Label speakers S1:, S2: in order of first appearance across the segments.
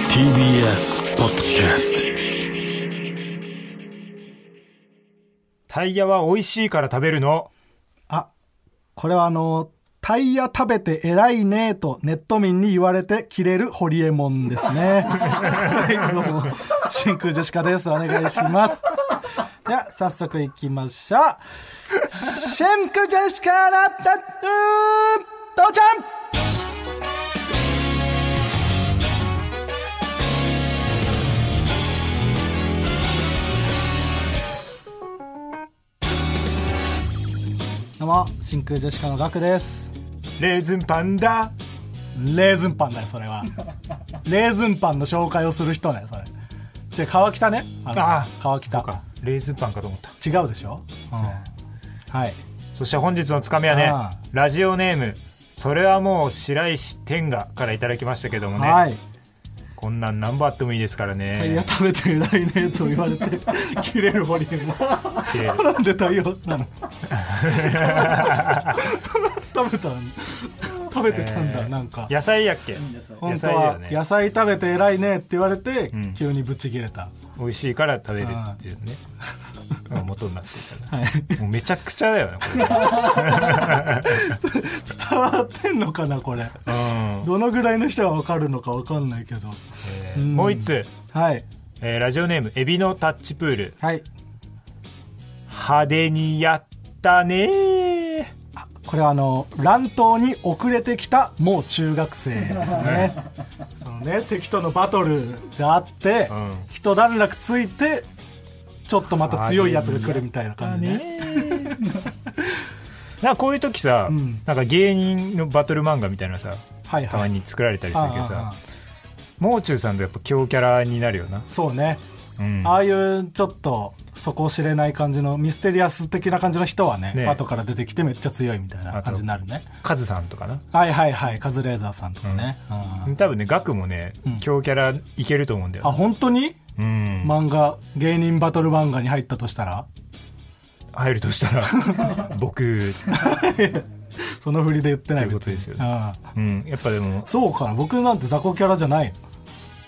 S1: TBS ポッドキャス
S2: タイヤは美味しいから食べるの。
S3: あ、これはあの、タイヤ食べて偉いねとネット民に言われてキレるホリエモンですね。 はいどうも、真空ジェシカです。お願いします。 では、早速行きましょう。真空ジェシカラッタットゥー父ちゃんどうも、真空ジェシカのガクです。
S2: レーズンパンダ。
S3: レーズンパンだよ、それ は。レーズンパンの紹介をする人だよ、それ。じゃあ、川北ね。あの
S2: あ
S3: 川北
S2: そう。か。レーズンパンかと思った。
S3: 違うでしょ、うん、はい。
S2: そして本日のつかみはね
S3: ああ、
S2: ラジオネーム、それはもう白石天がからいただきましたけどもね、
S3: はい。
S2: こんなん何本あってもいいですから
S3: タイヤ
S2: ね。
S3: 食べて偉いねと言われ て切れるホリエモ
S2: 切れ
S3: ン
S2: る
S3: なんでタイヤな の食べたん食べてたんだ、
S2: えー
S3: なんか
S2: 野菜やっけ
S3: 本当
S2: だよ
S3: は
S2: ね
S3: 野菜食べて偉いねって言われて、
S2: ん
S3: 急にブチ切れた
S2: 美味しいから食べるっていうね。の が元になってるから、もうめちゃくちゃだよね、これ。
S3: 伝わってんのかなこれ
S2: うん
S3: どのぐらいの人が分かるのか分かんないけど
S2: えーもう一つ、
S3: はい
S2: えーラジオネーム、エビのタッチプール。
S3: はい
S2: 派手にやったねー
S3: これはあの乱闘に遅れてきたもう中学生です ねそのね敵とのバトルがあって、
S2: うん
S3: 一段落ついてちょっとまた強いやつが来るみたいな
S2: だ
S3: 感じね
S2: なんかこういう時さ、
S3: ん
S2: なんか芸人のバトル漫画みたいなさ
S3: はい
S2: たま
S3: はい
S2: に作られたりするけど
S3: あああ
S2: さ
S3: あ
S2: もう中さんとやっぱ強キャラになるよな、
S3: そうね、
S2: うん、
S3: ああいうちょっと底を知れない感じのミステリアス的な感じの人はね
S2: ね
S3: 後から出てきてめっちゃ強いみたいな感じになるね
S2: カズさんとかな
S3: はいはいはいカズレーザーさんとかね、うん
S2: 多分ねガクもね、強キャラいけると思うんだよ
S3: あ本当に
S2: うん、
S3: 漫画芸人バトル漫画に入ったとしたら
S2: 入るとした ら僕、
S3: その振りで言ってない
S2: ということですよね
S3: ああ
S2: うん、やっぱでも
S3: そうかな僕なんて雑魚キャラじゃない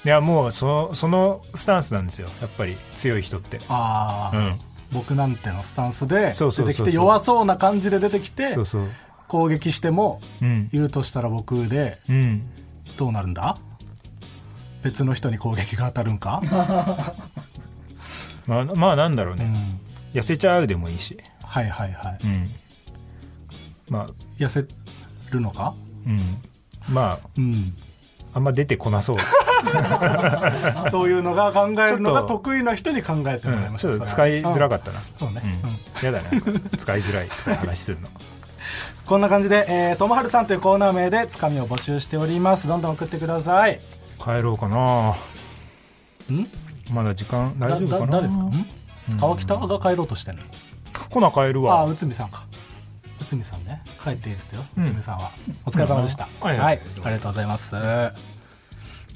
S2: いやもうそのそのスタンスなんですよやっぱり強い人って
S3: ああ、
S2: うん
S3: 僕なんてのスタンスで
S2: そう
S3: 出
S2: そうそう
S3: て
S2: そ
S3: き
S2: う
S3: て弱そうな感じで出てきて
S2: そうそう
S3: 攻撃しても
S2: うん
S3: いるとしたら僕で
S2: うん
S3: どうなるんだ別の人に攻撃が当たるん か、
S2: まあ、まあなんだろう
S3: う
S2: ね、
S3: ん、
S2: 痩せちゃうでもいいし
S3: はいはいはい
S2: うんまあ
S3: 痩せるのか
S2: うんまあ
S3: うん
S2: あんま出てこなそう、
S3: そういうのが考えるのが
S2: ちょっと
S3: 得意な人に考えて
S2: う
S3: もらいま
S2: ん、
S3: し
S2: ち
S3: ょう
S2: ょっと使いづらか
S3: っ
S2: ったな
S3: たそうね、
S2: うん
S3: うん
S2: やだななんか使いづらいとかいう話するの
S3: こんな感じで、えー、ともはるさんというコーナー名でつかみを募集しておりますどんどん送ってください
S2: 帰ろうかなんまだ時間大丈夫かな
S3: だだ誰ですか、ん、川北が帰ろうとしてるの
S2: ほな帰る
S3: ああ
S2: わ
S3: 内海さんか内海さんね帰っていいですよ内海さんは、お疲れ様でした、
S2: うん
S3: は、
S2: はいい
S3: ありがとうございます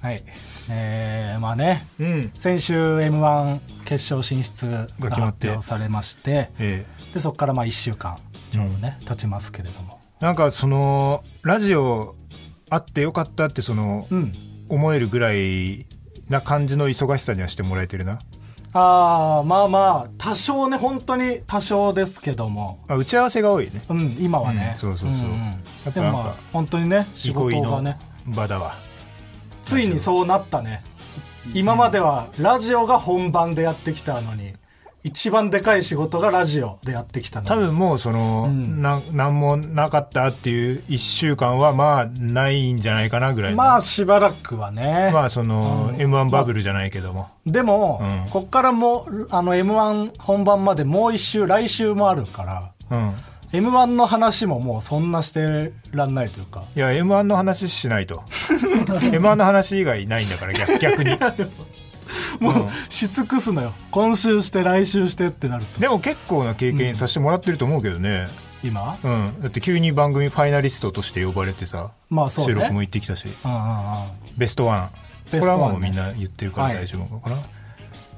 S3: はいえー、まあね
S2: うん
S3: 先週 m 1決勝進出が
S2: が
S3: 発
S2: 決まって
S3: 表されまして
S2: ええ
S3: でそこからまあ1週間ちょうどね、経ちますけれども
S2: なんかそのラジオあってよかったってその、
S3: うん
S2: 思えるぐらいな感じの忙しさにはしてもらえてるな
S3: ああまあまあ多少ね本当に多少ですけども
S2: あ打ち合わせが多いね
S3: うん今はね、
S2: うんそうそうそうん
S3: ん
S2: やっぱ
S3: でも
S2: なんか
S3: まあ本当にね仕
S2: 憩
S3: 事
S2: い
S3: が
S2: の
S3: ね
S2: 場だわ
S3: ついにそうなったね今まではラジオが本番でやってきたのに一番でかい仕事がラジオでやってきたのに
S2: 多分もうその、
S3: うん
S2: な何もなかったっていう1週間はまあないんじゃないかなぐらいの
S3: まあしばらくはね、
S2: まあその、
S3: うん
S2: m 1バブルじゃないけども、
S3: でも、
S2: うん
S3: こっからもうあの m 1本番までもう一週来週もあるから
S2: うん
S3: m 1の話ももうそんなしてらんないというか
S2: いや m 1の話しない と m 1の話以外ないんだから逆逆に
S3: もう、し尽くすのよ今週して来週してってなると
S2: でも結構な経験させてもらってると思うけどね、
S3: 今
S2: うんだって急に番組ファイナリストとして呼ばれてさ、
S3: まあそうね
S2: 収録も行ってきたし
S3: うんうんうん
S2: ベストワン
S3: ベストワンね
S2: これはもうみんな言ってるから大丈夫かな、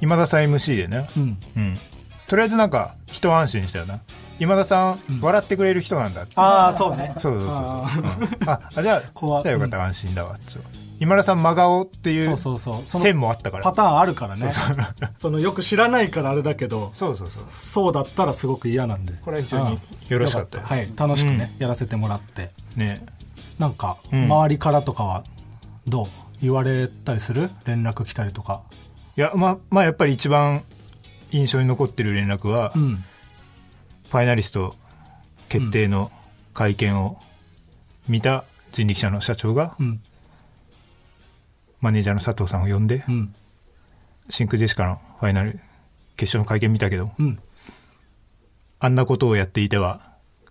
S2: 今田さん MC でね、
S3: うん
S2: うん、とりあえずなんか一安心したよな今田さん、笑ってくれる人なんだって
S3: ああそうね
S2: そうそうそうそう、うんああじゃあ
S3: 怖
S2: じゃあよかった、安心だわって今田さん真顔ってい
S3: そううそうそうその
S2: 線もあったから
S3: パターンあるからね
S2: そうそう
S3: そのよく知らないからあれだけど
S2: そうそうそう
S3: そうだったらすごく嫌なんで
S2: これは非常によろしかったよ
S3: うんはい楽しくね、やらせてもらって
S2: ね
S3: なんか
S2: うん
S3: 周りからとかはどう言われたりする連絡来たりとか
S2: いやまあまあやっぱり一番印象に残ってる連絡は、
S3: うん
S2: ファイナリスト決定の会見を見た人力車の社長が、
S3: うん
S2: マネージャーの佐藤さんを呼んで、
S3: うん
S2: シンクジェシカのファイナル決勝の会見見たけど
S3: うん
S2: あんなことをやっていては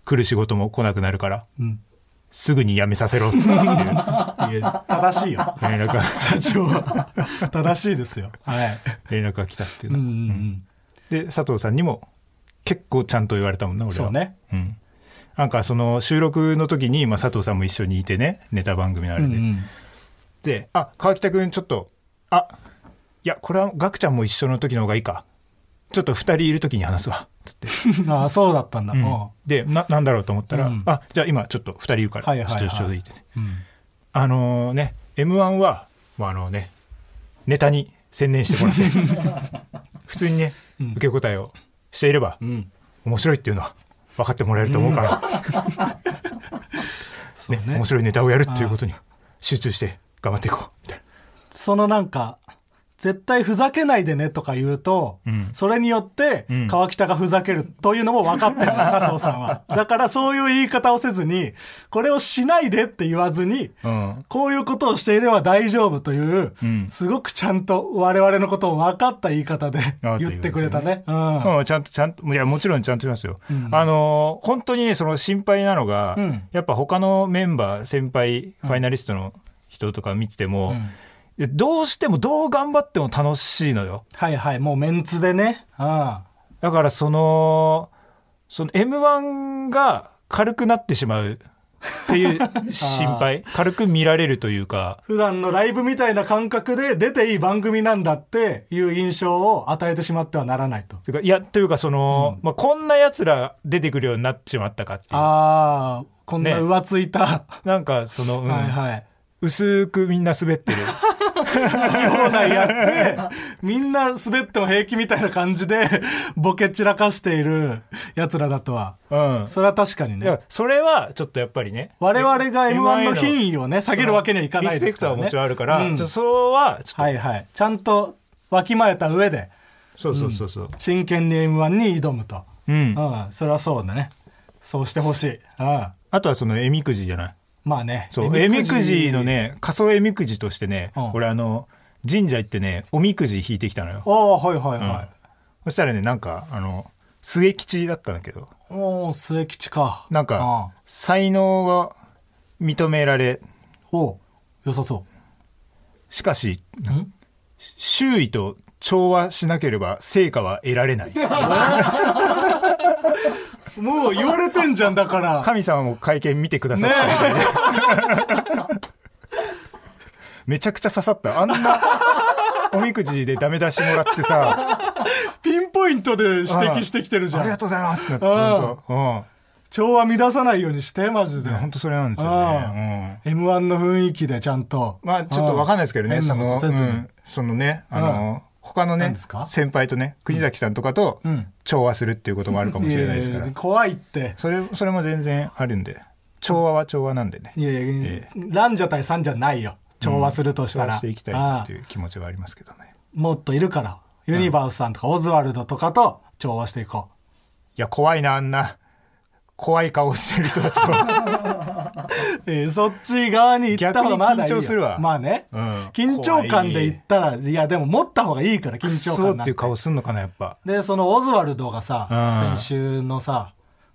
S2: 来る仕事も来なくなるから
S3: うん
S2: すぐに辞めさせろっていう連
S3: 正しいよ
S2: 絡が社長は
S3: 正しいですよはい
S2: 連絡が来たっていう
S3: うん
S2: の、
S3: うんうん
S2: で佐藤さんにも結構ちゃんと言われたもんな俺は
S3: そうね
S2: うん、なんかその収録の時に、まあ、佐藤さんも一緒にいてねネタ番組のあ
S3: う
S2: れ
S3: ん
S2: で、
S3: うん
S2: で「あ川北君ちょっとあいやこれはガクちゃんも一緒の時の方がいいかちょっと2人いる時に話すわ」つって、
S3: ああそうだったんだ、
S2: うん
S3: お
S2: でななんだろうと思ったら「
S3: うん
S2: あじゃあ今ちょっと2人いるから、
S3: はいはいはい
S2: ちょっと一緒でいてね
S3: ううん
S2: あのね m 1は、まあ、あのねネタに専念してもら って普通にね
S3: うん
S2: 受け答えをしていれば、
S3: うん
S2: 面白いっていうのは分かってもらえると思うから、
S3: そう
S2: ね
S3: ね
S2: 面白いネタをやるっていうことに集中して頑張っていこうみたいな。
S3: そのなんか絶対ふざけないでねとか言うと、
S2: うん
S3: それによって
S2: うん
S3: 川北がふざけるというのも分か ってるの、佐藤さんは。だからそういう言い方をせずに、これをしないでって言わずに、
S2: うん
S3: こういうことをしていれば大丈夫という、
S2: うん
S3: すごくちゃんと我々のことを分かった言い方で
S2: ああ
S3: 言ってくれたね。うん
S2: うん、ちゃんと、ちゃんと、いや、もちろんちゃんとしますよ。
S3: うん
S2: あのー、本当にね、その心配なのが、
S3: うん
S2: やっぱ他のメンバー、先輩、ファイナリストの人とか見てても、
S3: うん
S2: いやどうしても、どう頑張っても楽しいのよ。
S3: はいはい、もうメンツでね。ああ
S2: だから、その、その M1 が軽くなってしまうっていう 心配、軽く見られるというか、
S3: 普段のライブみたいな感覚で出ていい番組なんだっていう印象を与えてしまってはならないと。
S2: というかいや、というか、その、まあ、こんな奴ら出てくるようになっちまったかっていう。
S3: ああ、こんな
S2: ね
S3: 浮ついた。
S2: なんか、その、うん
S3: はいはい。
S2: 薄くみんな滑 ってる。
S3: 放題やって、みんな滑っても平気みたいな感じで、 ボケ散らかしている奴らだとは。
S2: うん。
S3: それは確かに
S2: いや
S3: ね。
S2: それはちょっとやっぱりね
S3: 我々が
S2: M1 へ
S3: M1 の品位をね、下げるわけにはいかない
S2: リ
S3: で
S2: スペクト
S3: すか
S2: は
S3: ら、ね。
S2: もちろんあるから、
S3: うん
S2: ちょっとそれはちょっと、
S3: はいはい。ちゃんとわきまえた上で、
S2: そうそうそうそう
S3: 真剣に M1 に挑むと。
S2: うん、
S3: うん、それはそうだね。そうしてほしい。うん。
S2: あとはそのえみくじじゃない
S3: まあね。
S2: そうえみくじの。ね仮想えみくじとしてね、
S3: うん
S2: 俺あの神社行ってねおみくじ引いてきたのよ、
S3: おおはいはいは
S2: うんそしたらねなんかあの末吉だったんだけど
S3: い。おお末吉か。
S2: なんか才能が認められ
S3: うん。おお良さそう。
S2: しかし
S3: ん
S2: 周囲と調和しなければ成果は得られ ない
S3: もう言われてんじゃん だから。
S2: 神様も会見見てください、
S3: ね
S2: めちゃくちゃ刺さったあんなおみくじでダメ出しもらってさ
S3: えピンポイントで指摘してきて るじ
S2: ありが
S3: ゃん。
S2: とうございますってなって本当うん
S3: 調和乱さないようにして、マジで。
S2: 本当それなんですよね、
S3: M1 の雰囲気でちゃんと。
S2: うん、まあちょっとわかんないですけどね
S3: うん
S2: そ
S3: 変な
S2: の,、
S3: こ
S2: う
S3: とせずに
S2: ん、そのねあの、他の
S3: なん
S2: ね
S3: ですか
S2: 先輩とね国崎さんとかと
S3: うん
S2: 調和するっていうこともあるかもしれないですから、
S3: やや怖いって。
S2: それそれも全然あるんで調和は調和なんでね
S3: いやいや、
S2: え
S3: ランジャ対サンジャないよ。調和するとした
S2: 調和
S3: ら。
S2: していきたい
S3: あ
S2: な
S3: あ
S2: っていう気持ちはありますけどね
S3: もっといるから。ユニバースさんとかオズワルドとかと調和していこ
S2: いや怖いなあんな怖い顔してる人たち と。
S3: う。 えーそっち側に行った方がまだいいよ
S2: 逆に緊張するわ
S3: まあね。
S2: うん
S3: 緊張感で行ったら、いやでも持った方がいいから、緊
S2: く
S3: 張
S2: そ
S3: 感
S2: ー
S3: な
S2: っ
S3: ん
S2: てい
S3: て
S2: う顔すんのかなやっぱ
S3: でそのオズワルドがさ、
S2: うん
S3: 先週のさ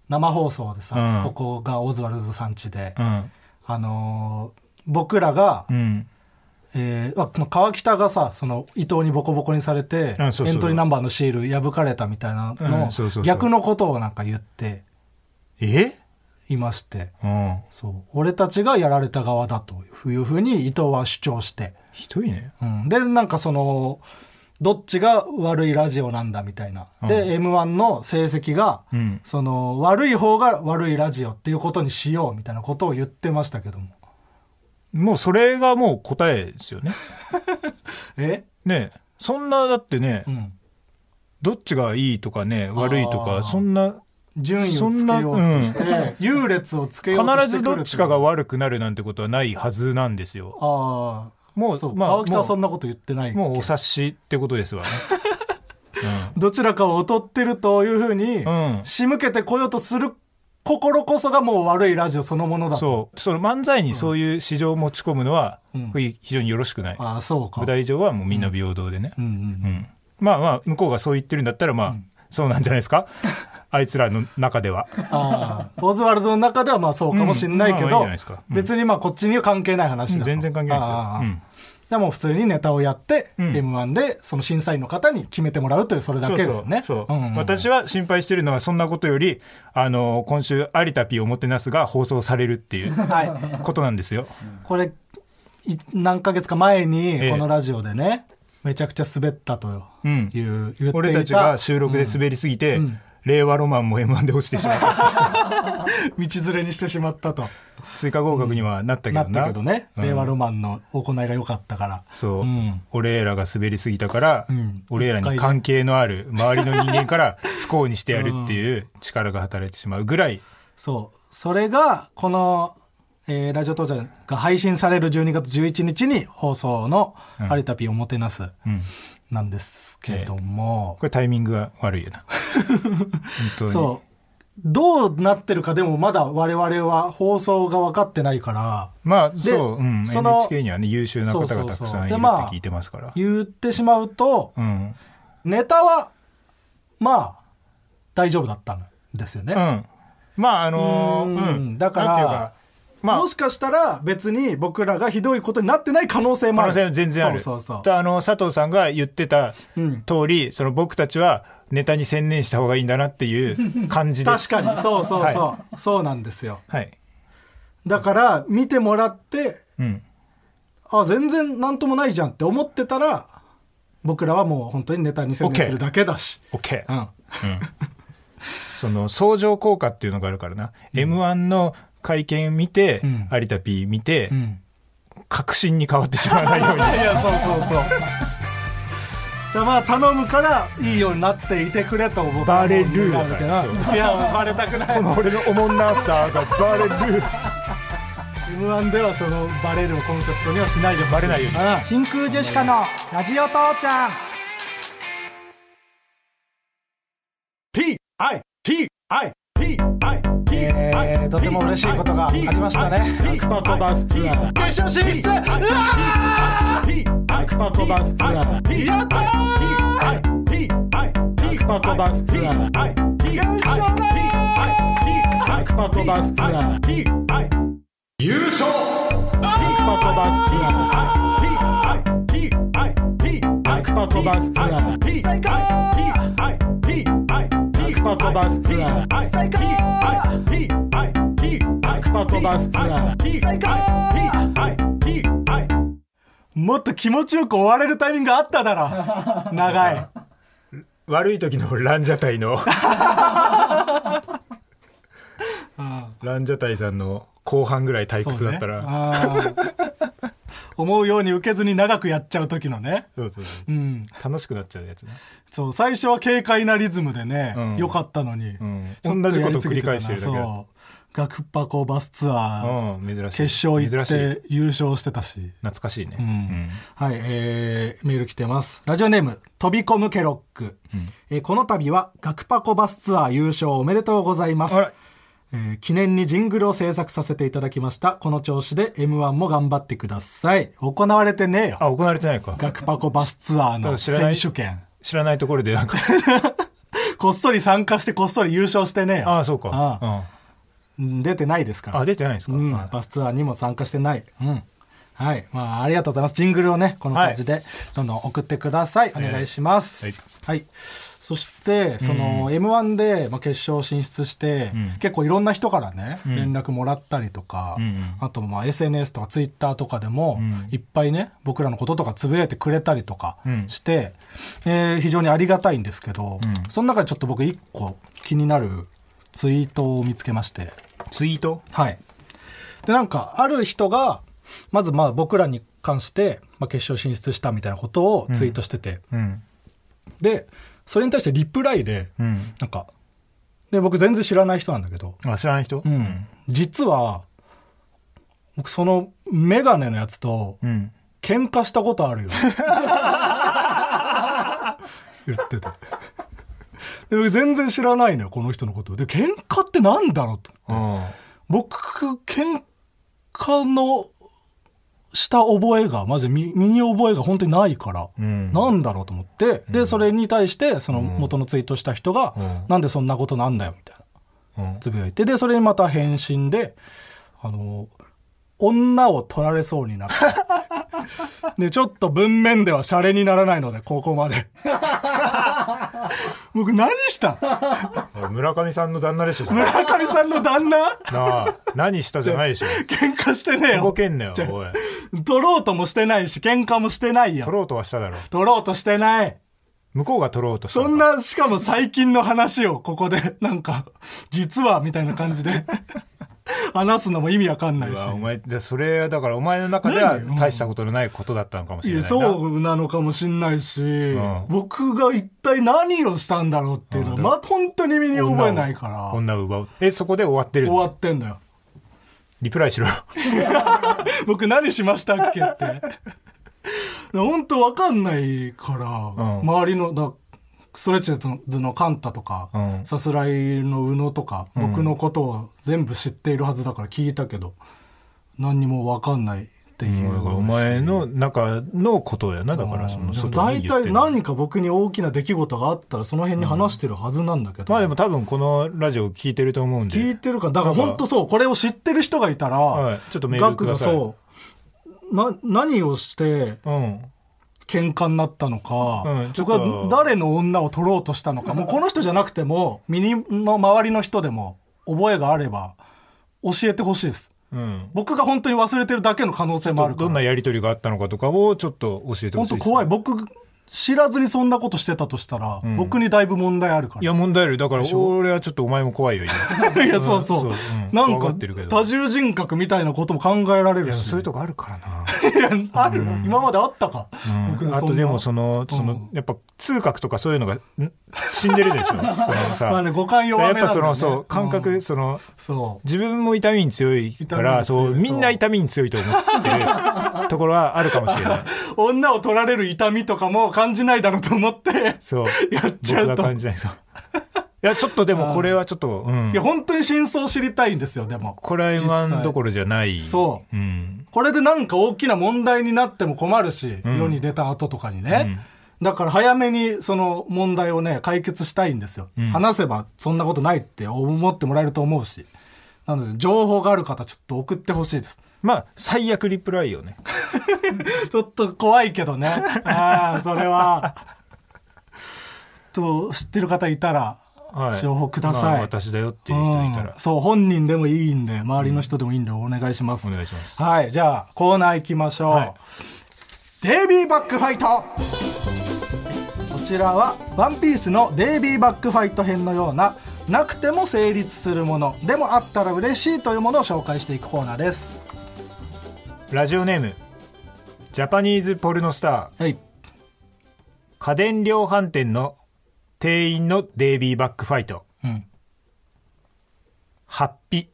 S3: 生放送でさ、
S2: うん
S3: ここがオズワルド産地で、
S2: うん
S3: あのー僕らが、
S2: うん
S3: えーあまあ川北がさその伊藤にボコボコにされて
S2: うんそうそう
S3: エントリーナンバーのシール破かれたみたいな
S2: うんそうそうそ
S3: の
S2: う
S3: 逆のことをなんか言って
S2: え
S3: いまして
S2: うん
S3: そう俺たちがやられた側だというふうに伊藤は主張して、
S2: ひどいね
S3: うん、でなんかそのどっちが悪いラジオなんだみたいな、
S2: うん
S3: で m 1の成績が、
S2: うん
S3: その悪い方が悪いラジオっていうことにしようみたいなことを言ってましたけども
S2: もうそれがもう答えですよね。
S3: え、
S2: ねえそんなだってね、
S3: うん、
S2: どっちがいいとかね悪いと
S3: あー
S2: かそんな
S3: 順位をつけようとして、優劣をつけようとしてくる
S2: 必ずどっちかが悪くなるなんてことはないはずなんですよ。
S3: あ
S2: も
S3: あそうう、
S2: まあ
S3: 川北はそん
S2: も
S3: なこと言ってないう
S2: もうお察しってことです わね。
S3: どちらかを劣ってるというふうに、
S2: うん
S3: 仕向けてこようとする心こそがもう悪いラジオそのものだと
S2: そうその漫才にそういう市場を持ち込むのは
S3: うん
S2: 非常によろしくない。
S3: ああそうか
S2: 舞台上はもうみんな平等でね。
S3: うんう
S2: うんんまあまあ向こうがそう言ってるんだったらまあ、そうなんじゃないです かあいつらの中では。
S3: ああオズワルドの中ではまあそうかもしれないけ
S2: うんまあまあいい
S3: ど、
S2: じゃないですかうん
S3: 別にまあこっちには関係ない話だと
S2: 全然関係ないですよ
S3: ああ
S2: うん
S3: でもう普通にネタをやって、
S2: うん
S3: m 1でその審査員の方に決めてもらうというそれだけですよね
S2: そうそう
S3: うんうん
S2: 私は心配してるのはそんなことよりあの今週「有田 P おもてなす」が放送されるって いう
S3: はい
S2: ことなんですよ。
S3: これい何ヶ月か前に
S2: え
S3: このラジオでね、めちゃくちゃ滑ったという、
S2: うん
S3: 言っていた
S2: 俺たちが収録で滑りすぎて、
S3: うん
S2: 令和ロマンも m 1で落ちてしま った
S3: 道連れにしてしまったと
S2: 追加合格にはなったけどな
S3: なったけどね、
S2: うん
S3: 令和ロマンの行いが良かったから
S2: そう、
S3: うん
S2: 俺らが滑りすぎたから、
S3: ん
S2: 俺らに関係のある周りの人間 から不幸にしてやるっていう力が働いてしまうぐらい、
S3: そうそれがこの、えーラジオ父ちゃんが配信される12月11日に放送の
S2: うん
S3: 「有田 P おもてなす
S2: うん」
S3: なんですけども、
S2: これタイミングが悪いよ な本当に
S3: そうどうなってるかでもまだ我々は放送が分かってないから
S2: まあ
S3: で
S2: そう、うん、
S3: その
S2: NHK にはね優秀な方がたくさんいるって
S3: そうそうそうでまあ
S2: 聞いてますから
S3: 言ってしまうと
S2: うん
S3: ネタはまあ大丈夫だったんですよね。
S2: うんまああのー
S3: う
S2: う
S3: ーん
S2: ん
S3: だから
S2: なんていうかまあ
S3: もしかしたら別に僕らがひどいことになってない可能性もあ
S2: 可能
S3: る
S2: 性は全然ある。
S3: そうそう
S2: で
S3: そう
S2: あの、佐藤さんが言ってた
S3: うん
S2: 通り、その僕たちはネタに専念した方がいいんだなって いう感じで
S3: 確
S2: す。
S3: かにそうそうそう、
S2: は
S3: そうなんですよ
S2: はい。
S3: だから見てもらって
S2: うん。
S3: あ全然なんともないじゃんって思ってたら僕らはもう本当にネタに専念するだけだし、
S2: OK。
S3: うん、
S2: うん。その、相乗効果っていうのがあるからな。M1 の会見見て、
S3: うん
S2: 有田 P 見て、
S3: うん、
S2: 確信に変わってしまわないように。
S3: いやそうそうそうだからまあ頼むからいいようになっていてくれと僕は
S2: バレる
S3: 思うんだけど
S2: そう
S3: いやもうバレたくない
S2: この俺のおもんなさがバレる。
S3: m 1ではそのバレるをコンセプトにはしないで
S2: バレないように
S3: 真空ジェシカのラジオ父ちゃん
S4: T-I-T-I-T-I-T-I-T-I-T-I-T-I-T-I-T-I-T-I-T-I-T-I-t
S3: えー、とても嬉しいことがありましたねアクパコバスツアー決勝進出アクパコバスツアーやったーアクパコバスツアーアクパコバスツアーアクパコバスツアーアクパコバスツアーアクパコバスツアーアクパコバスツアーもっと気持ちよく終われるタイミングがあっただろ長い
S2: 悪い時のランジャタイのランジャタイさんの後半ぐらい退屈だったら
S3: そうねあー 思うように受けずに長くやっちゃう時のね
S2: そうそうそう
S3: うん
S2: 楽しくなっちゃうやつね、
S3: そう最初は軽快なリズムでね、
S2: うん
S3: 良かったのに、
S2: うん、同じことを繰り返してるだけだ
S3: そうガクッパコバスツアー、
S2: うん珍しい
S3: 決勝行っ
S2: 珍しい
S3: て優勝してたし
S2: 懐かしいね、
S3: うんはい、えーメール来てます。ラジオネーム、飛び込むケロック。えーこの度は、ガクパコバスツアー優勝おめでとうございます
S2: あら。
S3: えー記念にジングルを制作させていただきました。この調子で M1 も頑張ってください。行われてねえよ。
S2: あ行われてないか
S3: ガクパコバスツアーの
S2: 知らな
S3: 選
S2: い
S3: 手権。
S2: 知らないところで なんか
S3: こっそり参加して、こっそり優勝してねえよ。
S2: ああそうか
S3: ああ
S2: あ
S3: うん出てないですから。
S2: あ出てないですか、
S3: うん、
S2: あ
S3: バスツアーにも参加してない。うん。はい。まあ、ありがとうございます。ジングルをね、この感じで、どんどん送ってください。お願いします。
S2: はい
S3: はい。そして、その、M1 で、まあ、決勝進出して、結構いろんな人からね、連絡もらったりとか、
S2: んうん
S3: あと、まあ、SNS とか Twitter とかでも、いっぱいね、僕らのこととかつぶやいてくれたりとか
S2: ん
S3: して、えー非常にありがたいんですけど、その中でちょっと僕、一個気になるツイートを見つけまして、
S2: ツイート
S3: はい。で、なんか、ある人が、まずまあ僕らに関して、まあ、決勝進出したみたいなことをツイートしてて、
S2: うん
S3: でそれに対してリプライで
S2: うん
S3: なんかで僕全然知らない人なんだけど、
S2: あ知らない人
S3: うん実は僕そのメガネのやつと
S2: うん
S3: 喧嘩したこ とあるよ言っててで僕全然知らないのよこの人のことで喧嘩ってなんだろうと
S2: うん
S3: 僕喧嘩のした覚えがマジで身身に覚えが本当にないから、
S2: うん
S3: なんだろうと思ってでそれに対してその元のツイートした人が、
S2: うん
S3: なんでそんなことなんだよみたいな
S2: うん
S3: つぶやいてでそれにまた返信であの女を取られそうになった でちょっと文面ではシャレにならないのでここまで僕何した
S2: 俺村上さんの旦那でしょそれ な
S3: 村上さんの 旦那
S2: あ何したじゃないでしょ
S3: 喧嘩してねえよ
S2: 動けんなよおい
S3: 取ろうともしてないし、喧嘩もしてないよ
S2: 取。ろうとはしただろ
S3: 取ろうとしてない。
S2: 向こうが取ろうとしたの
S3: そ
S2: か
S3: んな、しかも最近の話をここで、 なんか、実は、みたいな感じで、 話すのも意味わかんないうし。
S2: わお前でそれはだからお前の中では大したことのないことだったのかもし
S3: い
S2: れな
S3: や
S2: いな
S3: そうなのかもしんないし、
S2: ん
S3: 僕が一体何をしたんだろうっていうのは、まあ、本当に身に覚えないから、
S2: 女を奪うえそこで終わってる
S3: 終わってんだよ。
S2: リプライしろ
S3: 僕何しましたっけって。 本当わかんないから、
S2: ん
S3: 周りの、だストレッチーズのカンタとか、
S2: うん
S3: さすらいの宇野とか、僕のことを全部知っているはずだから聞いたけど、何にもわかんないっていう。
S2: お前の中のことだよなだからその
S3: でも
S2: 外
S3: 大
S2: に言って
S3: 体
S2: るの
S3: 何か僕に大きな出来事があったらその辺に話してるはずなんだけど、
S2: まあでも多分このラジオ聞いてると思うん
S3: 聞
S2: で
S3: いてるからだから本当そうこれを知ってる人がいたら、
S2: はいちょっとメールください
S3: ガクがそうな何をして
S2: うん
S3: 喧嘩になったのか、
S2: うんちょっ
S3: 僕
S2: と
S3: は誰の女を取ろうとし たのかもうこの人じゃなくても身にの周りの人でも覚えがあれば教えてほしいです
S2: うん
S3: 僕が本当に忘れてるだけの可能性もあるか
S2: どんな
S3: ら
S2: やり取りがあったのかとかをちょっと教えてほ
S3: 本
S2: しい
S3: 当怖い
S2: い
S3: 僕知らずにそんなことしてたとしたら、僕にだいぶ問題あるか
S2: い
S3: ら
S2: や問題あるだから俺はちょっとお前も怖いよ今
S3: いやそうそう、
S2: そううん
S3: なん
S2: 怖
S3: か
S2: がってるけど
S3: 多重人格みたいなことも考えられ
S2: い
S3: る
S2: や
S3: し
S2: そういうとこあるからな
S3: いやある、今まであったか、僕
S2: あ
S3: そん
S2: と
S3: な
S2: でもそのそのやっぱ痛覚とかそういうのがん死んでるでしょその さ、
S3: まあね五感弱
S2: や
S3: め
S2: っ
S3: なんだよ
S2: ぱ
S3: ね
S2: そのそう感覚、その
S3: そう
S2: 自分も痛みに強いから
S3: 痛みに強い
S2: そうみんな痛みに強いと思ってるところはあるかもしれ ない
S3: 女を取られる痛みとかも感じないだろうと思って、
S2: そう
S3: やっちゃうと
S2: 僕は感じないそういやちょっとでもこれはちょっと、うん
S3: いや、本当に真相を知りたいんですよ、でも。
S2: これは今どころじゃない、
S3: そう
S2: ん、
S3: これでなんか大きな問題になっても困るし、
S2: ん
S3: 世に出た後とかにね。だから早めにその問題をね、解決したいんですよ。
S2: ん
S3: 話せばそんなことないって思ってもらえると思うし。なので、情報がある方、ちょっと送ってほしい です。
S2: まあ最悪リプライをね
S3: ちょっと怖いけどね。ああ、そ れは。と、知ってる方いたら、
S2: はい
S3: 情報ください
S2: まあ私だよっていう人いた
S3: う
S2: ら
S3: ん、そう本人でもいいんで周りの人でもいいんでお願いします、
S2: お願いします
S3: はいじゃあコーナー行きましょう、
S2: はい
S3: デイビーバックファイトこちらは「ワンピースのデイビーバックファイト編のようななくても成立するものでもあったら嬉しいというものを紹介していくコーナーです
S2: ラジオネームジャパニーズポルノスター
S3: はい
S2: 家電量販店の店員のデイビーバックファイト
S3: うん
S2: ハッピ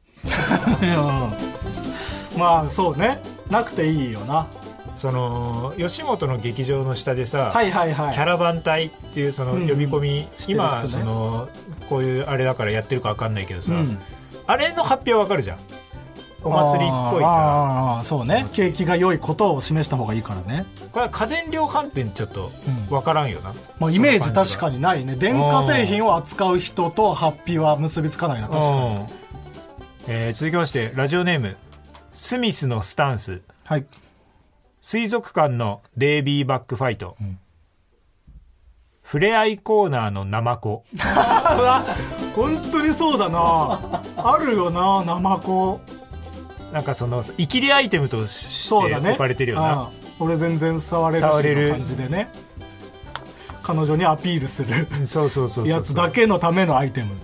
S3: まあそうねなくていいよな
S2: その吉本の劇場の下でさ、
S3: はいはいはい
S2: キャラバン隊っていうその
S3: うん
S2: 呼び込み、
S3: してる人
S2: 今、
S3: ね
S2: そのこういうあれだからやってるか分かんないけどさ、
S3: うん
S2: あれの発表わかるじゃんお祭りっぽいさ
S3: あーあーそうね景気が良いことを示した方がいいからね
S2: これは家電量販店ちょっと
S3: うん
S2: わからんよな、
S3: まあ、イメージ確かにないね電化製品を扱う人とハッピーは結びつかないな確かに
S2: うんえー続きましてラジオネームスミスのスタンス
S3: はい
S2: 水族館のデイビーバックファイト、
S3: ん
S2: ふれあいコーナーのナマコ
S3: 本当にそうだ なあるよなナマコ
S2: なんかその生きりアイテムとし
S3: そ
S2: し
S3: う
S2: て
S3: だね
S2: 置かれてるよな、
S3: うん俺全然触れるし
S2: 触れる
S3: の感じでね彼女にアピールする
S2: そうそうそうそう
S3: やつだけのためのアイテム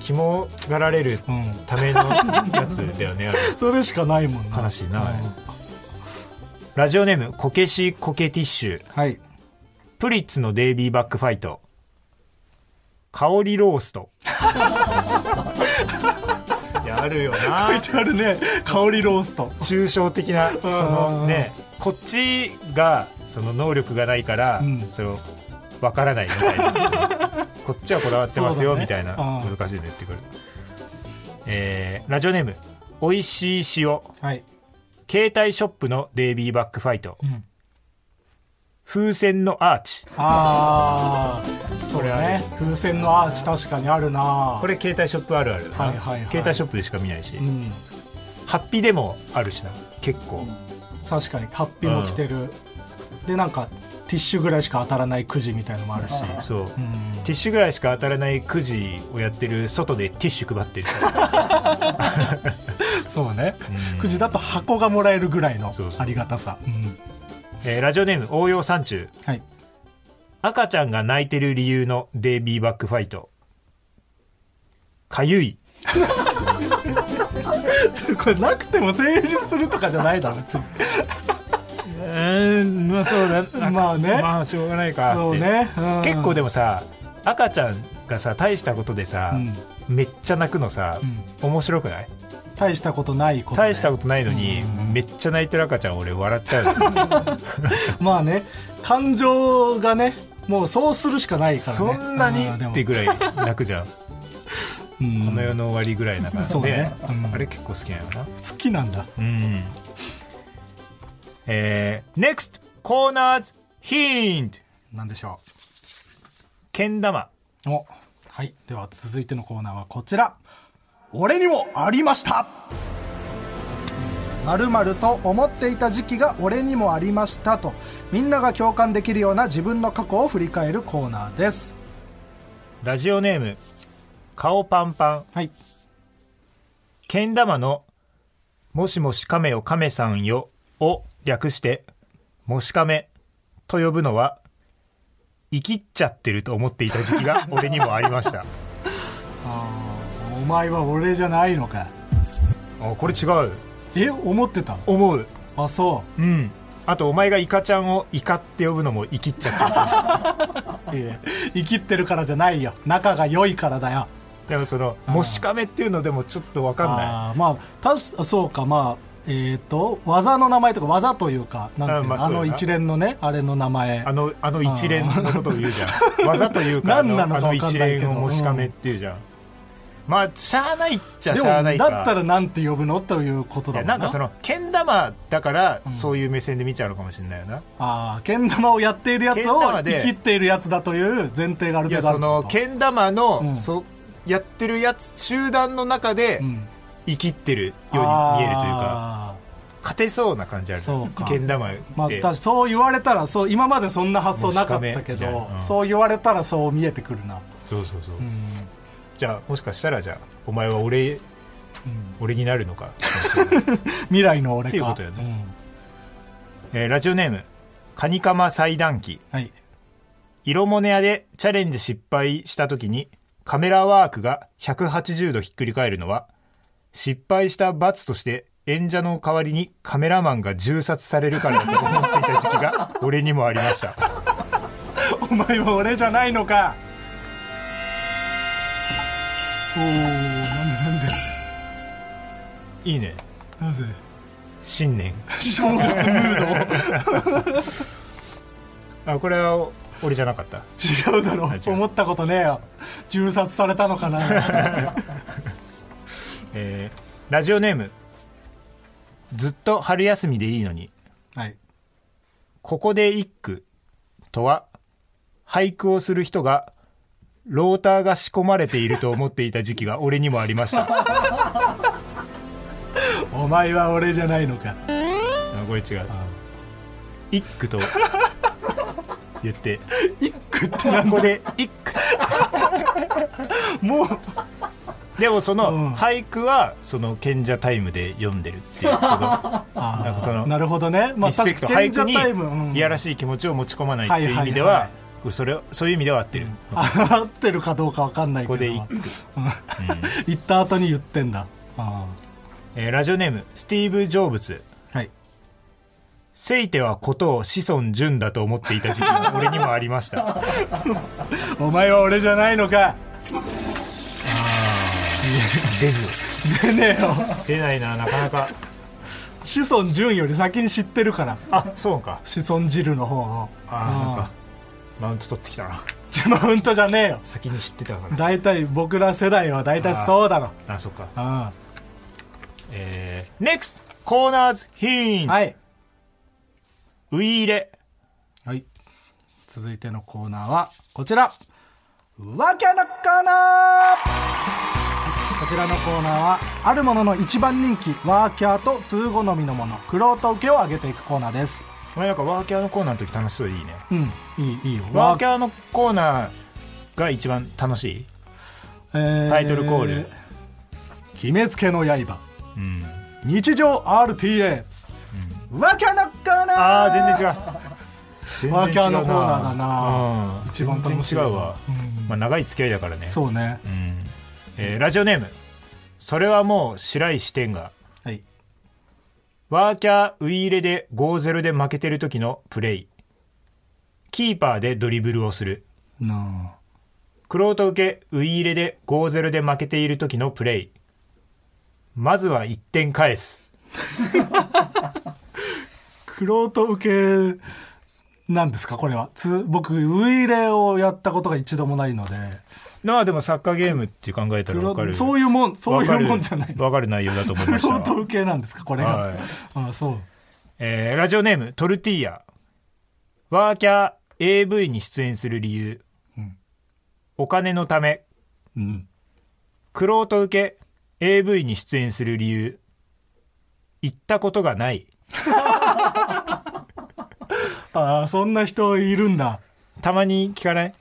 S2: 肝がられる
S3: うん
S2: ためのやつだよねあれ
S3: それしかないもんな
S2: 悲しいな、
S3: うん
S2: ラジオネームこけしこけティッシュ
S3: はい。
S2: プリッツのデイビーバックファイト香りロース トいやあるよな
S3: 書いてあるね。香りロースト。
S2: 抽象的なそのねこっちがその能力がないから、
S3: うん
S2: それをわからないみたいな こっちはこだわってます
S3: そ
S2: よ、
S3: うだね
S2: みたいな
S3: うん
S2: 難しいの言ってくる、えーラジオネーム「おいしい塩
S3: はい。」
S2: 携帯ショップのデイビーバックファイト、
S3: ん
S2: 風船のアーチ
S3: ああ、そう
S2: これあ
S3: ね。風船のアーチ確かにあるな。
S2: これ携帯ショップあるあるだな、
S3: はいはいはい
S2: 携帯ショップでしか見ないし、
S3: うん。
S2: ハッピーでもあるしな結構、
S3: 確かにハッピーも来てる。でなんかティッシュぐらいしか当たらないくじみたいのもあるし。
S2: そう、
S3: うん。
S2: ティッシュぐらいしか当たらないくじをやってる外でティッシュ配ってる人
S3: そうね
S2: うん。
S3: くじだと箱がもらえるぐらいの
S2: そうそう
S3: ありがたさ。うん
S2: えーラジオネーム応用山中
S3: はい。
S2: 赤ちゃんが泣いてる理由のデイビーバックファイトかゆい
S3: これなくても成立するとかじゃないだろ別に
S2: うんまあそうだ
S3: まあね
S2: まあしょうがないかって
S3: そうね、
S2: 結構で
S3: も
S2: もさ赤ちゃんがさ大したことでさ、めっちゃ泣くのさ、面白くない
S3: 大したことないこと、ね、
S2: 大したことないのに、
S3: うん
S2: めっちゃ泣いてる赤ちゃん俺笑っ ちゃう
S3: まあね感情がねもうそうするしかないからね
S2: そんなに
S3: うでも
S2: ってぐらい泣くじゃん
S3: うん
S2: この世の終わりぐらいだからね
S3: そうねうん
S2: あれ結構好きなのな
S3: 好きなんだ
S2: うんえー、NEXT コーナーズヒント
S3: なんでしょ
S2: けん玉
S3: うおはいでは続いてのコーナーはこちら俺にもありましたまるまると思っていた時期が俺にもありましたとみんなが共感できるような自分の過去を振り返るコーナーです
S2: ラジオネーム顔パンパン
S3: はい
S2: けん玉の「もしもし亀を亀さんよ」を略して「もし亀」と呼ぶのは生きっちゃってると思っていた時期 が俺にもありました
S3: あーお前は俺じゃないのか
S2: あこれ違う
S3: え思ってた
S2: 思う
S3: あそ
S2: うんあとお前がイカちゃんをイカって呼ぶのも生きっちゃってる
S3: ういえ生きってるからじゃないよ仲が良いからだよ
S2: でもその「もしかめ」っていうのでもちょっと分かんない
S3: あーまあたしそうかまあえっ、と技の名前とか技というかなんていう
S2: あ
S3: の
S2: まあ
S3: あ
S2: そうだな
S3: の一連のねあれの名前
S2: あのあの一連のことを言うじゃん技というかあの
S3: 何なの
S2: あ
S3: か
S2: の
S3: 分かんない
S2: 一
S3: けど
S2: 連を「もしかめ」っていうじゃん、まあしゃあないっちゃ
S3: で
S2: し
S3: も
S2: ゃあ
S3: だ
S2: な
S3: っ
S2: いか
S3: たらなんて呼ぶのということ
S2: い
S3: だ
S2: や
S3: もん
S2: な
S3: なん
S2: かそのけん玉だからそういう目線で見ちゃうのかもしれないよな、
S3: ああけん玉をやっているやつ
S2: けん
S3: を
S2: 玉
S3: 生
S2: で
S3: きっているやつだという前提がある
S2: いや
S3: 程度ある
S2: そ
S3: って
S2: の
S3: こと
S2: けん玉の、
S3: うん
S2: そやってるやつ集団の中で
S3: うん
S2: 生きってるように見えるというか
S3: あー
S2: 勝てそうな感じある
S3: そうか
S2: けん玉って、
S3: まあ、確かにそう言われたらそう今までそんな発想なかったけ
S2: もしかめみたい
S3: ど、
S2: なうん
S3: そう言われたらそう見えてくるな、
S2: そうそうそう、
S3: うん
S2: じゃあもしかしたらじゃあお前は俺
S3: うん
S2: 俺になるのか、
S3: 未来の俺か
S2: っていうことよね
S3: ん
S2: えーラジオネームカニカマ裁断機
S3: はい、
S2: 色モネアでチャレンジ失敗した時にカメラワークが180度ひっくり返るのは失敗した罰として演者の代わりにカメラマンが銃殺されるからだと思っていた時期が俺にもありました
S3: お前は俺じゃないのかおおなんで
S2: いいね
S3: なんでなぜ
S2: 新年
S3: 正月ムー
S2: あこれは俺じゃなかった
S3: ド 違うだろ
S2: 違う
S3: 思ったことねえよ銃殺されたのか な
S2: えーラジオネームずっと春休みでいいのに
S3: はい
S2: ここで一句とは、俳句をする人が、ローターが仕込まれていると思っていた時期が俺にもありま した。あ
S3: お前は俺じゃないのか
S2: これ違う。一句 と言って、
S3: 一句ってな
S2: こ
S3: ん
S2: こ
S3: だ
S2: で一句。
S3: もう
S2: でもそ
S3: うん
S2: の俳句は、その賢者タイムで読んでるって いう、その、なんかその
S3: なるほどね、ま
S2: リスペクト、俳句にいやら
S3: しい
S2: しい気持ちを持ち込まないっていう意味で
S3: はいはい
S2: は
S3: は、
S2: それそういう意味では合ってる。
S3: 合ってるかどうかわかんないけ
S2: ここ
S3: ど
S2: で 一句。うん
S3: 言った後に言ってんだあ
S2: えーラジオネーム、スティーブ・ジョーブズ。
S3: ーはい
S2: せいてはことを子孫順だと思っていた時期が俺にもありました。
S3: お前は俺じゃないのか
S2: 出ず。
S3: 出ねえよ
S2: 出ないな、なかなか。
S3: 子孫順より先に知ってるから
S2: あ、そうか。
S3: 子孫汁の方を
S2: あーなん
S3: うん
S2: か、マウント取ってきたな。
S3: ちょマウントじゃねえよ
S2: 先に知ってたから。
S3: 大体僕ら世代は大体そうだろ
S2: あ、そっか。
S3: うん
S2: えー、NEXT! コーナーズヒン
S3: はい、
S2: ウイイレ。
S3: はい、続いてのコーナーはこちらわけのコーナーこちらのコーナーはあるものの一番人気ワーキャーと通好みのものクロート受けを上げていくコーナーです
S2: お前なんかワーキャーのコーナーの時楽しそうでいいね。
S3: うんいいいいよ
S2: ワーキャーのコーナーが一番楽しい
S3: え
S2: タイトルコール。
S3: 決めつけの刃
S2: うん。
S3: 日常 RTA、わけのコーナー
S2: ああ、全然違う。全然違うな
S3: ワーキャーのコーナーだな
S2: うん。
S3: 一番
S2: 全
S3: 楽しい
S2: 然違うわ。まあ長い付き合いだからね。
S3: そうね
S2: うん。えーラジオネーム。それはもう白石天が。
S3: はい
S2: ワーキャーウイイレで5-0で負けてる時のプレイ。キーパーでドリブルをする。
S3: なあ
S2: クロート受けウイイレで5-0で負けている時のプレイ。まずは1点返す。
S3: クロート受けなんですかこれはつ僕ウイイレをやったことが一度もないので
S2: なあでもサッカーゲームって考えたら
S3: ク
S2: 分
S3: ロ
S2: かる
S3: そういうもんそう
S2: わか
S3: い
S2: る
S3: うもんじゃないク
S2: わかる内容だと思いました
S3: ロ
S2: わ
S3: ート受けなんですかこれが、
S2: はい
S3: あそう
S2: えーラジオネームトルティーヤワーキャー AV に出演する理由、
S3: うん
S2: お金のため
S3: うん
S2: クロート受け AV に出演する理由行ったことがない
S3: ああそんな人いるんだ
S2: たまに聞かない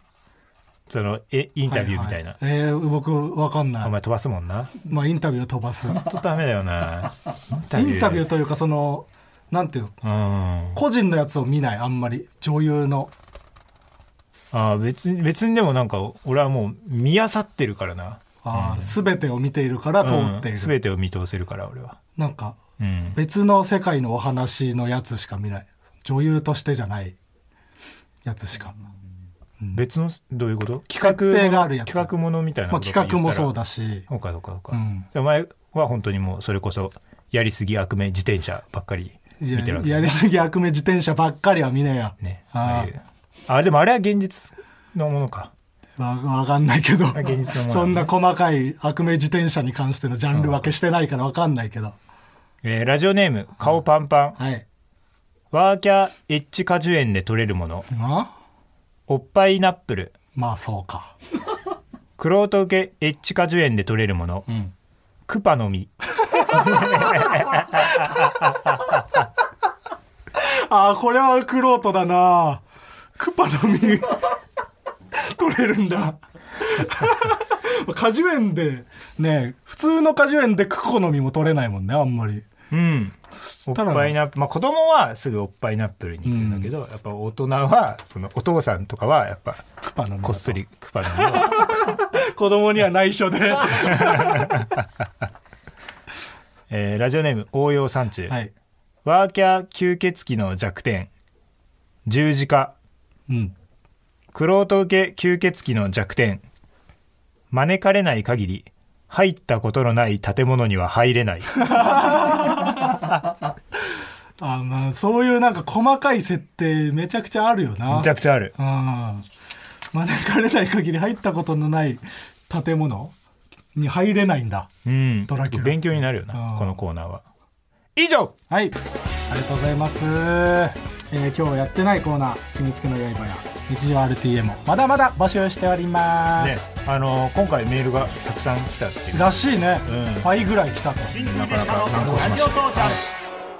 S2: そのえインタビューみたいな、
S3: ははえー僕わかんな
S2: お
S3: い
S2: 前飛ばすもんな
S3: まあインタビューを飛ばすイ
S2: ちょっとダメだよなインタ
S3: ンタビュー
S2: ー
S3: というかそのなんていうの
S2: うん
S3: 個人のやつを見ないあんまり女優の
S2: ああ別に別にでもなんか俺はもう見あさってるからな
S3: あー、全てを見ているから通ってい
S2: うん
S3: る、
S2: 全てを見通せるから俺は、
S3: なんか
S2: うん、
S3: 別の世界のお話のやつしか見ない女優としてじゃないやつしか、
S2: 別のどういうこと
S3: 設
S2: 企
S3: 定
S2: 画
S3: があるやつ
S2: 企画ものみたいな
S3: まあ、
S2: ことか
S3: 企画もそう
S2: 言っ
S3: だし、
S2: たらそうかそうかそうか、
S3: うん
S2: でお前は本当にもうそれこそやりすぎ悪名自転車ばっかり見てるわけ
S3: ややりすぎ悪名自転車ばっかりは見ねえや、
S2: ねあ
S3: あ
S2: あいうあでもあれは現実のものか
S3: わわかんないけど
S2: 現実のものだね
S3: そんな細かい悪名自転車に関してのジャンル分けしてないからわかんないけど、
S2: えーラジオネーム顔パンパン、
S3: はい
S2: ワーキャーエッジ果樹園で取れるもの
S3: あ
S2: おっぱいナップル
S3: まあそうか、
S2: クロート受けエッジ果樹園で取れるもの、クパの実
S3: ああこれはクロートだなクパの実取れるんだ 果樹園でね普通の果樹園でクコの実も取れないもんねあんまり
S2: うんおった
S3: ら
S2: ぱいナップまあ子供はすぐおっぱいナップルに行くんだけど、やっぱ大人はそのお父さんとかはやっぱ
S3: クパの実
S2: こっそりクパの実を
S3: 子供には内緒では
S2: えーラジオネーム応用山中、
S3: い
S2: ワーキャー吸血鬼の弱点十字架
S3: うん
S2: クロート受け吸血鬼の弱点招かれない限り入ったことのない建物には入れない
S3: あまあそういうなんか細かい設定めちゃくちゃ あるよな
S2: めちゃくちゃある
S3: うん招かれない限り入ったことのない建物に入れないんだ
S2: うん
S3: ドラキュラ
S2: 勉強になるよな
S3: うん
S2: このコーナーは以上
S3: はいありがとうございます、えー今日やってないコーナー「秘密けの刃」や「日常 RTA」もまだまだ募集しておりま
S2: ね
S3: す、
S2: あのー今回メールがたくさん来たっていう
S3: らしいね、
S2: うん
S3: 倍ぐらい来たと
S2: なかなか難航しました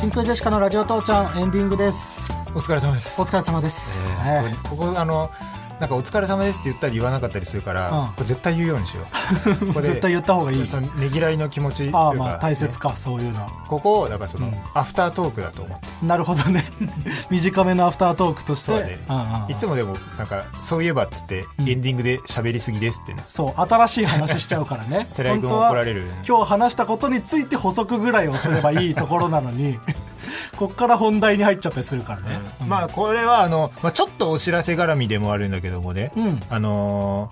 S3: 真空ジェシカのラジオ父ちゃんエンディングです
S2: お疲れ様です
S3: お疲れ様です、
S2: えーここあのなんか「お疲れ様です」って言ったり言わなかったりするから、
S3: うん
S2: これ絶対言うようにしよ うここで
S3: 絶対言った方がいい
S2: そのねぎらいの気持ちというか
S3: ああまあ大切かそういうのは
S2: ここをだからその、
S3: うん
S2: アフタートークだと思って
S3: なるほど ね短めのアフタートークとして
S2: そうだね
S3: んうんうん
S2: いつもでもなんかそういえばっつって、
S3: うん
S2: エンディングで喋りすぎですってね
S3: そう新しい話しちゃうからね
S2: 寺井君
S3: 本当
S2: 怒
S3: は
S2: られる
S3: 今日話したことについて補足ぐらいをすればいいところなの にこっから本題に入っちゃったりするからね、うん
S2: まあこれはあの、まあ、ちょっとお知らせ絡みでもあるんだけどもね、
S3: うん
S2: あの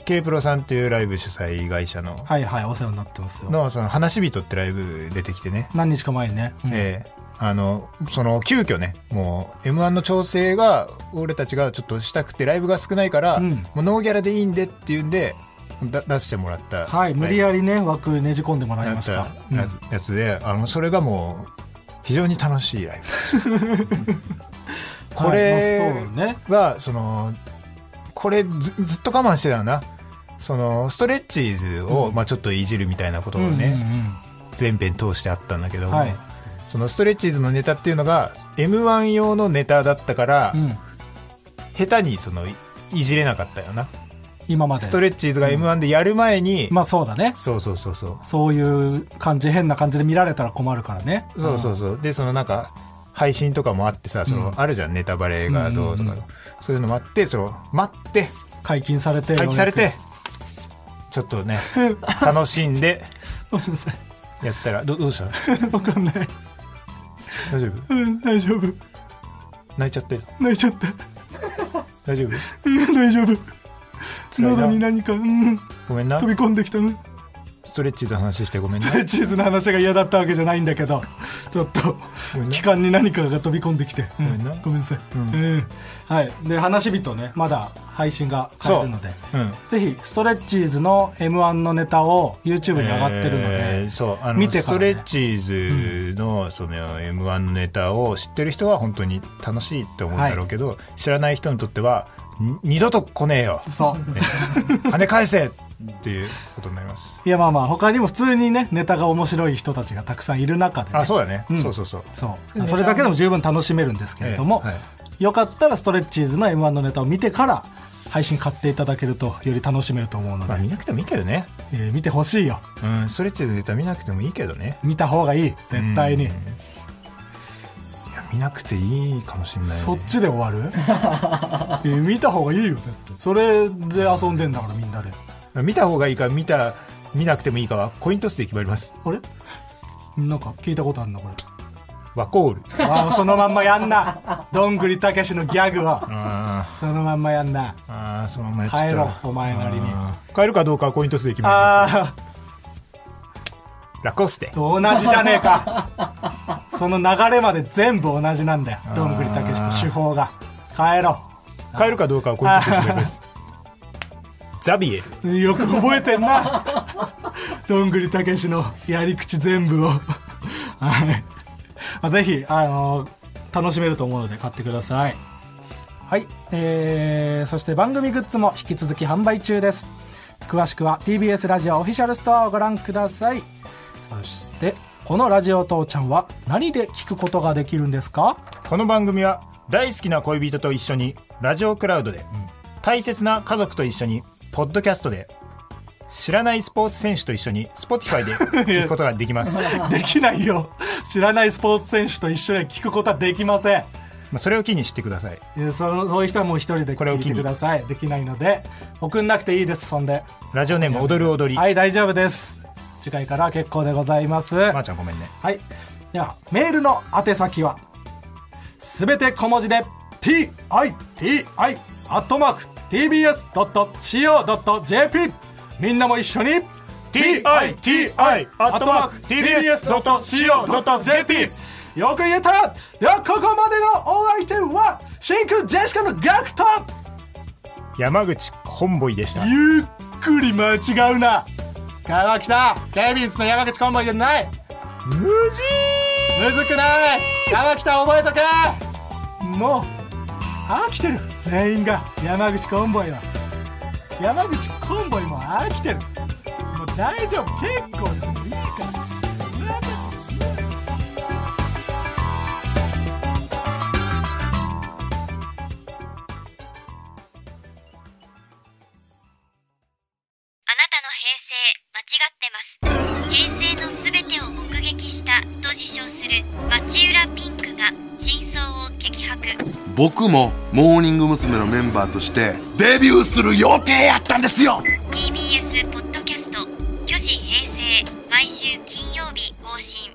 S2: ー、K プロさんっていうライブ主催会社の,、
S3: はいはいお世話になってますよ
S2: のその話し人ってライブ出てきてね、
S3: 何日か前にね、うん
S2: ええあのその急遽ねもう m 1の調整が俺たちがちょっとしたくてライブが少ないから、
S3: うん
S2: もうノーギャラでいいんでっていうんでだ出してもらった、
S3: はい無理やりね枠ねじ込んでもらい
S2: や
S3: ま
S2: っ
S3: した
S2: た
S3: うん
S2: やつやつで、あのそれがもう非常に楽しいライブ これ
S3: はいまあそうね
S2: はそのこれずずっと我慢してたよなそのストレッチーズを、まあ、ちょっといじるみたいなことをね、全編通してあったんだけど
S3: うんうんうん
S2: も、
S3: はい、
S2: そのストレッチーズのネタっていうのが m 1用のネタだったから、
S3: うん、
S2: 下手にそのいいじれなかったよな
S3: 今まで
S2: ストレッチーズが m 1でやる前に、
S3: まあそうだね
S2: そうそうそうそう
S3: そういう感じ変な感じで見られたら困るからね
S2: そうそうそう、でそのなんか配信とかもあってさその、
S3: うん
S2: あるじゃんネタバレがどうとか、
S3: うんうんうん
S2: そういうのもあってその待って
S3: うん解禁されて
S2: 待機され
S3: よ
S2: てちょっとね楽しんで
S3: う やくごめんなさい
S2: やったらどどうした
S3: 分かんない
S2: 大丈夫
S3: うん大丈夫
S2: 泣いちゃってる
S3: 泣いちゃった
S2: 大丈夫
S3: うん 大丈夫
S2: 辛いな
S3: 喉に何か、うん、
S2: ごめんな
S3: 飛び込んできたうん
S2: ストレッチーズの話してごめんな
S3: ストレッチーズの話が嫌だったわけじゃないんだけどちょっと
S2: ごめんな
S3: 期間に何かが飛び込んできて、う
S2: ごめんな
S3: ごめんなさい、
S2: う
S3: うんんはい、で話し人ねまだ配信が変わるので
S2: うん
S3: ぜひストレッチーズの m 1のネタを YouTube に上がってるので、
S2: えーそうあの
S3: 見て
S2: ス
S3: か
S2: ト
S3: ら
S2: レ
S3: ね
S2: ッチーズのその m 1のネタを知ってる人は本当に楽しいって思うんだろうけど、知らない人にとってはん二度と来ねえ よ
S3: そう
S2: 金返せっていうことになります
S3: いやまあまあ他にも普通にねネタが面白い人たちがたくさんいる中でね、
S2: あそうだね、
S3: うん
S2: そうそうそう
S3: そうそれだけでも十分楽しめるんですけれども、
S2: ええは
S3: よかったらストレッチーズの m 1のネタを見てから配信買っていただけるとより楽しめると思うので、
S2: まあ見なくてもいいけどね
S3: えー見てほしいよ
S2: うんストレッチーズのネタ見なくてもいいけどね
S3: 見た方がいい絶対に
S2: うんいや見なくていいかもしれない、ね、
S3: そっちで 終わる、えー見た方がいいよ絶対それで遊んでんだからみんなで
S2: 見た方がいいか見た見なくてもいいかはコイントスで決まります
S3: あれなんか聞いたことあるなこれ
S2: ワコール
S3: ああそのまんまやんなどんぐりたけしのギャグは
S2: あー
S3: そのまんまやんな
S2: あーそのままやっちゃった
S3: 帰ろうお前なりにあ
S2: あー変えるかどうかはコイントスで決まります
S3: あ
S2: ラコステ
S3: 同じじゃねえかその流れまで全部同じなんだよどんぐりたけしと手法が帰ろ
S2: 変えるかどうかはコイントスで決まりますザビエル
S3: うよく覚えてんなどんぐりたけしのやり口全部をはいまあぜひ、あの楽しめると思うので買ってくださいはい、えーそして番組グッズも引き続き販売中です詳しくは TBS ラジオオフィシャルストアをご覧くださいそしてこのラジオ父ちゃんは何で聞くことができるんですか
S2: この番組は大好きな恋人と一緒にラジオクラウドで、大切な家族と一緒にポッドキャストで知らないスポーツ選手と一緒に Spotify で 聞くことができますま
S3: できないよ知らないスポーツ選手と一緒に聞くことはできません
S2: あそれを機に知ってください
S3: えーそのそういう人はもう一人で
S2: これを
S3: 聞い
S2: 機
S3: て
S2: に
S3: くださいできないので送んなくていいですそんで
S2: ラジオネーム踊る踊り、
S3: はい大丈夫です次回から結構でございます、
S2: まー、ちゃんごめんね
S3: はいではメールの宛先はすべて小文字で TITI アットマーク TBS.CO.JP みんなも一緒に
S2: TITI
S3: アットマーク TBS.CO.JP よく言えたではここまでのお相手は真空ジェシカのガクト
S2: 山口コンボイでした
S3: ゆっくり間違うな川北ケビンスの山口コンボイじゃない
S2: 無事
S3: むずくない山北覚えとけもう飽きてる全員が山口コンボイは山口コンボイも飽きてるもう大丈夫結構でもいいから
S4: したと自称する町浦ピンクが真相を激白
S5: 僕もモーニング娘。のメンバーとしてデビューする予定やったんですよ
S4: TBS ポッドキャスト「巨子平成」毎週金曜日更新